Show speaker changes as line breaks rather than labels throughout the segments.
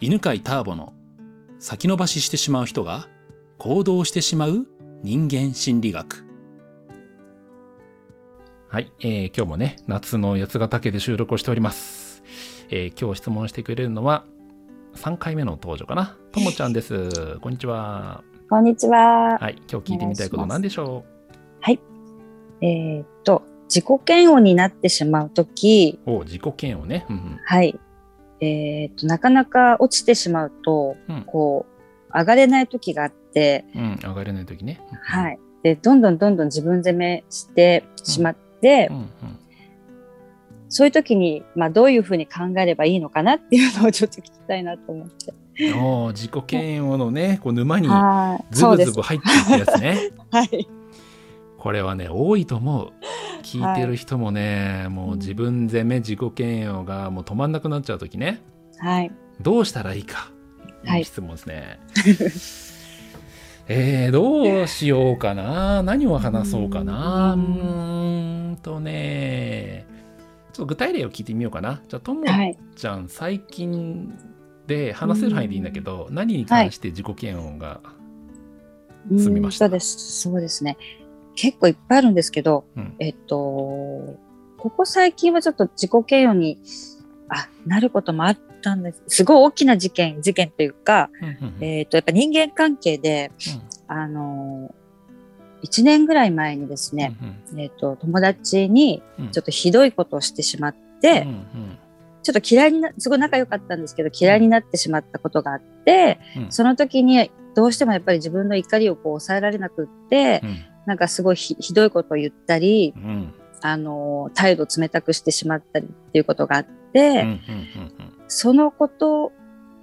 犬飼ターボの先延ばししてしまう人が行動してしまう人間心理学。
はい、えー今日もね、夏の八ヶ岳で収録をしております。えー今日質問してくれるのは、3回目の登場かな。ともちゃんです。 こんにちは。
こんにちは。
はい、今日聞いてみたいことなんでしょ
えーっと、自己嫌悪になってしまうとき、
うおう自己嫌悪ね。うん
はい。えーっと、なかなか落ちてしまうと、
うん。うん
こう、上がれないときがあって、
うん、上がれないときね。。
はいい。で、どんどんどんどん自分責めしてしまって、
うんうん、
そういうときに、まあ、どういうふうに考えればいいのかなっていうのをちょっと聞きたいなと思って。
おー自己嫌悪のね、こう沼に
はい。
ズ
そう
ブ
で
ズ
す
ブ。入っていくやつね。
はい。
これはね、多いと思う。聞いてる人もね、もう自分責め、自己嫌悪がもう止まんなくなっちゃうときね、
はい。
どうしたらいいか。
はい
いい質問ですね。 えー、どうしようかな。何を話そうかな。う
うん
ーんとね、ちょっと具体例を聞いてみようかな。じゃあ、とも
はい。
ちゃん、最近で話せる範囲でいいんだけど、何に関して自己嫌悪が、済みました
うんそうです。そうですね。結構いっぱいあるんですけど、
うん
えっと、ここ最近はちょっと自己嫌悪にあなることもあったんです。すごい大きな事件、事件というか、
うんうんうん
えっと、やっぱ人間関係で、あの、1年ぐらい前にですね、えっと、友達に
うん
ちょっとひどいことをしてしまって、
うんうん
ちょっと嫌いにな、すごい仲良かったんですけど、嫌いになってしまったことがあって、
うん
その時にどうしてもやっぱり自分の怒りをこう抑えられなくって、
うん
なんかすごいひひどいことを言ったり、
うんうん
あのー、態度を冷たくしてしまったりっていうことがあっ
う
て、
んうん
そのこと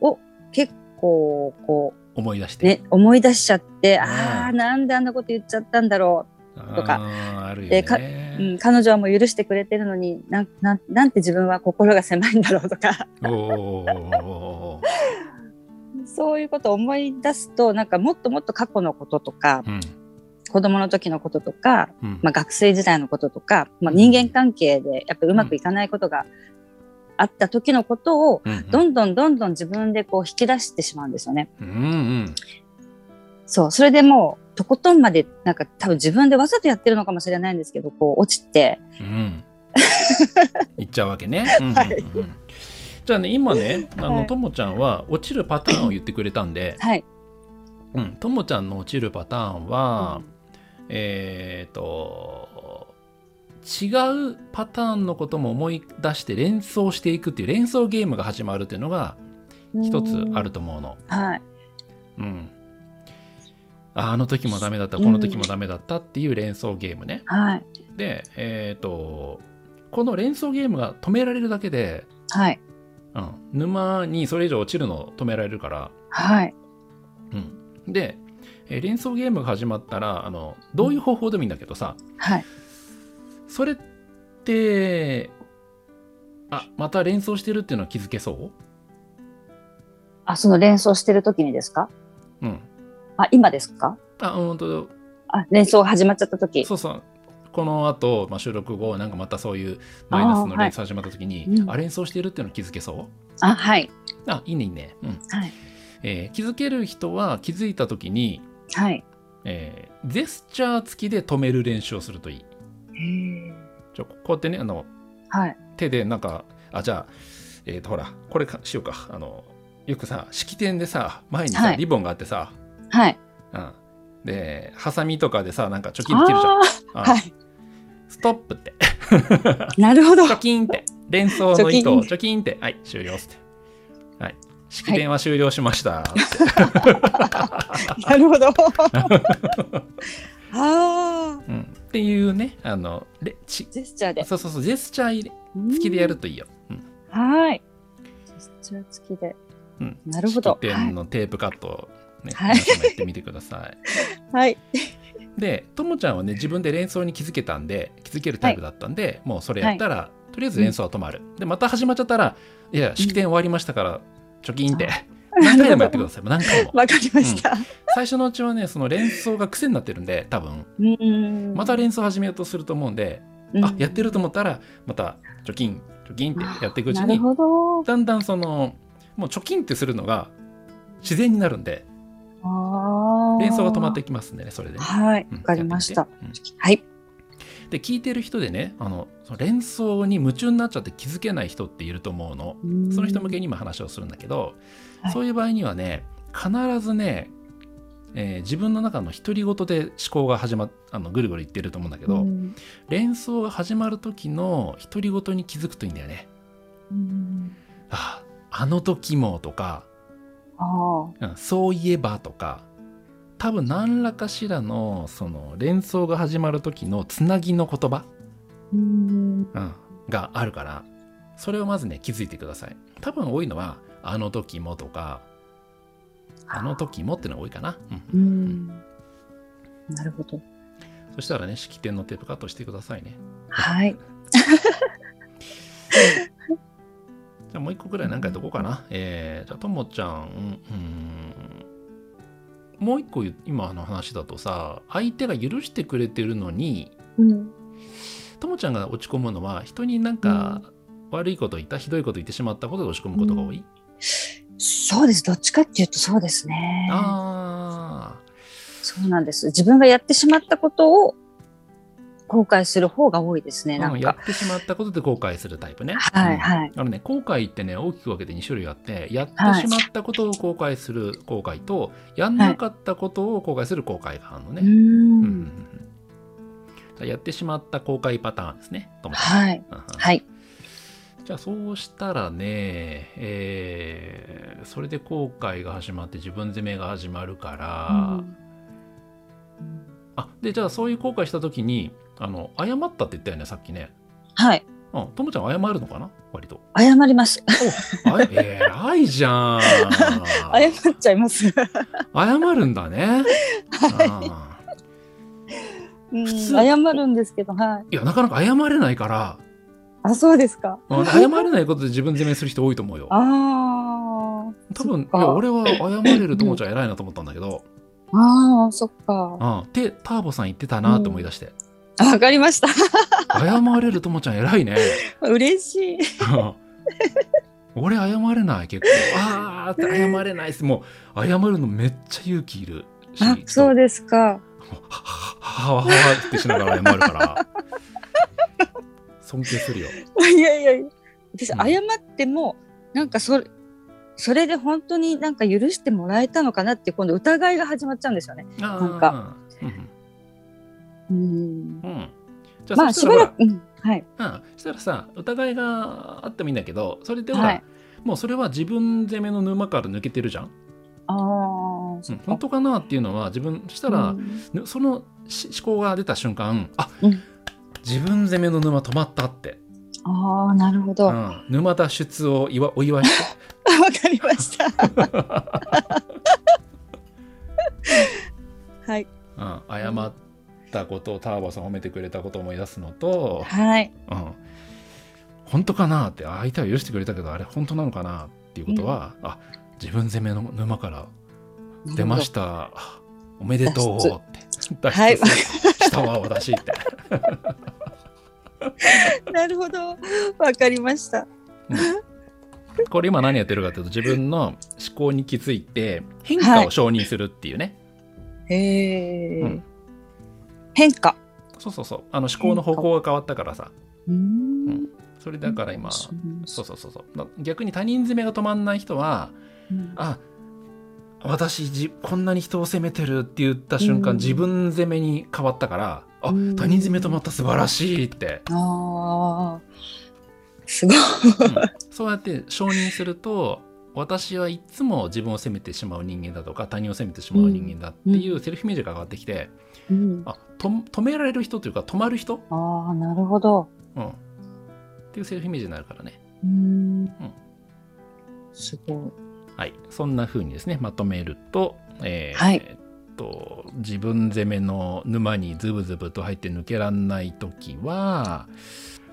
を結構こ
思い出し
う、
て。
ね、思い出しちゃって、
ん
ああ、なんであんなこと言っちゃったんだろ
あ
とか
ーあるよ
でかう、う
ね。
ん、彼女はもう許してくれてるのになんなんなんて自分は心が狭いんだろうとか、
おーおーおーおーおー
そういうことを思い出すと、なんかもっともっと過去のこととか、
うん
子供の時のこととか、
うん
まあ、学生時代のこととか、まあ、人間関係でやっぱりうまくいかないことがあった時のことを
うんうん
どんどんどんどん自分でこう引き出してしまうんですよね。
うんうん
そうそれでもうとことんまでなんか多分自分でわざとやってるのかもしれないんですけどこう落ちて
うん。いっちゃうわけね。うんうんうん
はい
じゃあね今ねあ
は
の
い
ともちゃんは落ちるパターンを言ってくれたんで、
はい
うんともちゃんの落ちるパターンは、えっと違うパターンのことも思い出して連想していくっていう連想ゲームが始まるっていうのが一つあると思うの。
はい
うん、ああの時もダメだったこの時もダメだったっていう連想ゲームね。
はい
で、えっとこの連想ゲームが止められるだけで、
はい
うん、沼にそれ以上落ちるのを止められるから。
はい
うん、で、えー連想ゲームが始まったらあのどういう方法でもいいんだけどさ
はい
それってあまた連想してるっていうのは気づけそ
あその連想してる時にですか
ううん。
あ今ですか
あうんと
あ連想始まっちゃった時
そうそうこの後、まあ、収録後なんかまたそういうマイナスの連想始まった時に
あーはい
あ,、
うん
連想してるっていうの気づけそう
あはい
あいいねいいね、うん
はい
えー気づける人は気づいた時に、
はい
えージェスチャー付きで止める練習をするといい
へー
ちょこうやってねあの
はい
手でなんかあじゃあえっ、とほらこれかしようかあのよくさ式典でさ前にさ、
はい
リボンがあってさ、
はい
うん、でハサミとかでさなんかチョキンって切るじゃん
あ
あ
ーはい
ストップって
なるほ ど
チョキンって連想の糸を
チ
チョキンってはい終了ってはい式典は終了しましたって、
なるほど。 ああ、
うん、っていうねあのれち
ジェスチャーで。
そうそうそうジェスチャー入れ付きでやるといいよ、うん
うん。はい。ジェスチャー付きで。
うん、
なるほど
式典のテープカットをね、
はい
皆様やってみてください
はい。
でともちゃんはね自分で連想に気づけたんで気づけるタイプだったんで、もうそれやったら、とりあえず連想は止まる、でまた始まっちゃったらいや式典終わりましたから、貯金って何回もやってくださいもう何回も
わかりました。
最初のうちはねその連想が癖になってるんで多分
うん
また連想始めようとすると思うんで、あやってると思ったらまた貯金貯金ってやっていくうち
なる
に
ほど。
だんだんそのもう貯金ってするのが自然になるんで
ああ。
連想が止まってきますんでねそれでね、
はい、
うん
わかりました。
やってみて
はい。
うんで聞いてる人でねあのその連想に夢中になっちゃって気づけない人っていると思うのその人向け
に。
に今話をするんだけど、
はい
そういう場合にはね必ずね、えー自分の中の独り言で思考が始まっあのぐるぐるいってると思うんだけど、
うん
連想が始まる時の独り言に気づくといいんだよね。
うん
ああの時もとか、
ああ。
うんそういえばとか多分何らかしらのその連想が始まる時のつなぎの言葉、
うん
うんがあるからそれをまずね気づいてください。多分多いのは「あの時も」とか「あの時も」ってのが多いかな。うん
うん。なるほど。
そしたらね式典のテープカットしてくださいね。
はい。
じゃあもう一個ぐらいなんかやっとこうかな。えー、じゃあともちゃん、うん、うんもう一個言う今の話だとさ、相手が許してくれてるのに、
うん。
ともちゃんが落ち込むのは、人になんか悪いこと言った、ひどいこと言ってしまったことで落ち込むことが多い。
そうです。どっちかっていうとそうですね。
あ
そうなんです。自分がやってしまったことを後悔する方が多いですね。
あ、
な
うん
ん
や
か。
ってしまったことで後悔するタイプね。
はい
うん
はい。
あのね、後悔ってね大きく分けて2種類あってやって
はい
しまったことを後悔する後悔と、やんなかったことを後悔する後悔があるのね。
う
うんうんうん
ん。
じゃあやってしまった公開パターンですね。ともさん
はい。
うんうん
はい。
じゃあそうしたらね、えーそれで後悔が始まって自分責めが始まるから、あでじゃあそういう後悔した時にあの謝ったって言ったよねさっきね。
はい。
うん、ともちゃん謝るのかな割と。
謝ります。
おあえらいじゃん
謝っちゃい ます。
謝るんだね。あー
うん
通
謝るんですけど、はい。
いやなかなか謝れないから、
あ、そうですか。
うん謝れないことで自分責めする人多いと思うよ。
ああ。
多分い
そっか
や俺は謝れる友ちゃん偉いなと思ったんだけど、
ああ、そっか。
うん、でターボさん言ってたなって思い出して、
わかりました。
謝れる友ちゃん偉いね
嬉しい。
うん俺謝れない結構あーって謝れないっすもう謝るのめっちゃ勇気いるし
あ、そう
で
ですか。
はははははってしながら謝るから尊敬するよ
いやいやいや。私、
うん
謝っても、なんかそれ、それで本当になんか許してもらえたのかなって、今度疑いが始まっちゃうんですよね。
あー
なんか
うん
うん。
うんうんじゃあ、
まあ、
そ
し
した
ば
ら
らく、うん、はい。
うん、そしたらさお互いがあってもいいんだけどそれでほら、
はい
もうそれは自分攻めの沼から抜けてるじゃん、
ああ、
う
そ
ん
っ、か
本当かなっていうのは自分そした
う
ら、
ん
ぬそのし思考が出た瞬間あ、
うん
自分攻めの沼止まったって、
ああ、なるほど。
う
わ、
ん、沼脱出をいわお祝いして
かりま した。はい。
うん、謝ったことをターボさん褒めてくれたことを思い出すのと、
はい。
うん、本当かなってあ相手は許してくれたけどあれ本当なのかなっていうことは、あ自分攻めの沼から出ました。おめでとうって。脱
はい
出したわ、私って。
なるほど。わかりました。
これ今何やってるかというと、自分の思考に気づいて、変化を承認するっていうね。
へえ、
うん
変化。
そうそうそう。あの思考の方向が変わったからさ。
うーん。
それだから今、そ
そうなん
う
です
そうそうそう。な逆に他人攻めが止まんない人は、
うん
あ、私じこんなに人を責めてるって言った瞬間、
うん
自分責めに変わったから、あ、
うん
他人責め止まった素晴らしいって。
ああ。すごい。
そうやって承認すると私はいつも自分を責めてしまう人間だとか他人を責めてしまう人間だっていうセルフイメージが上がってきて、
うん、
あと止められる人というか止まる人、
ああ、なるほど。
うん、っていうセルフイメージになるからね
うーん。すごい。
はいそんな風にですねまとめると,、えー
はい
えっと自分責めの沼にズブズブと入って抜けらんない時は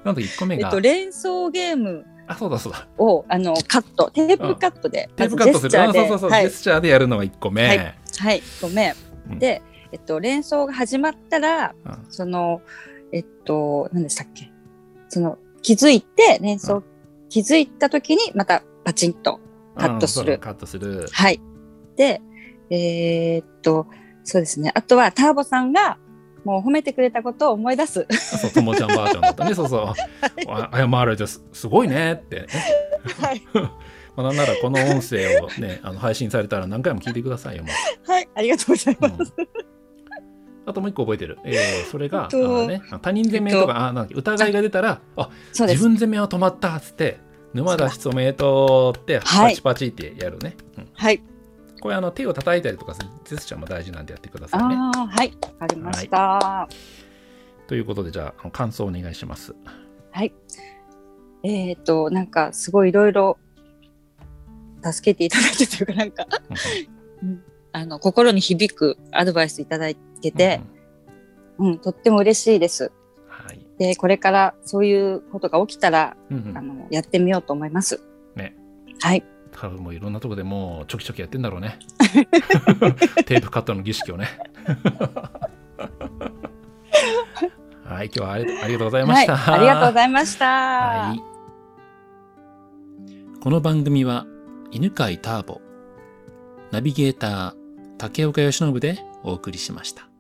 なんと1個目
えっ
が、
と、連想ゲーム
あそうだそうだ
を、あの、カット、テープカットで。
テープカットす
まず
る
ジェスチャ
あ
ーで
そうそうそう、
は
ジェ
い。
スチャーでやるのが1個目、
はいはい、ごめ
うん
ん。で、えっと、連想が始まったら、
うん
その、えっと、何でしたっけその、気づいて、連
う
想、気づいた時に、また、パチンとカットす
うんそう
る。
カットする。
はい。で、えーっと、そうですね。あとはターボさんが、もう褒めてくれたことを思い 出す。
そう、ともちゃんバージョンだったね。そう そう。あ謝られてすすごいねって。
はい。
まあ、なんならこの音声をね、あの配信されたら何回も聞いてくださいよ。も
はい。ありがとうございう
う
ま
ん
す。
あともう一個覚えてる。えーそれが、
えっと
あのね、他人攻めとか、あなんだっけ疑いが出たら、あ
そうで
自
す。
分攻めは止まったっつって、沼田しおめでとうって、
は
パ
い
チパチってやるね。うん
はい。
これあの手を叩いたりとかするジェスチャーも大事なんでやってくださいね。
ああ、はい。わかりました。
ということで、じゃああの、感想お願いします。
はい。えーっと、なんか、すごいいろいろ、助けていただいてというか、なんか、あの、心に響くアドバイスいただけて、うん、とっても嬉しいです。
うん、はい。
で、これからそういうことが起きたら、
うんう
あ
ん、
の、やってみようと思います。
ね。
はい。
多分もういろんなとこでもうちょきちょきやってんだろう ね。テープカットの儀式をね。はい、今日はありありがとうございま
は
し
い。
た。
ありがとうございました。
はい
この番組は犬飼ターボ、ナビゲーター竹岡由伸でお送りしました。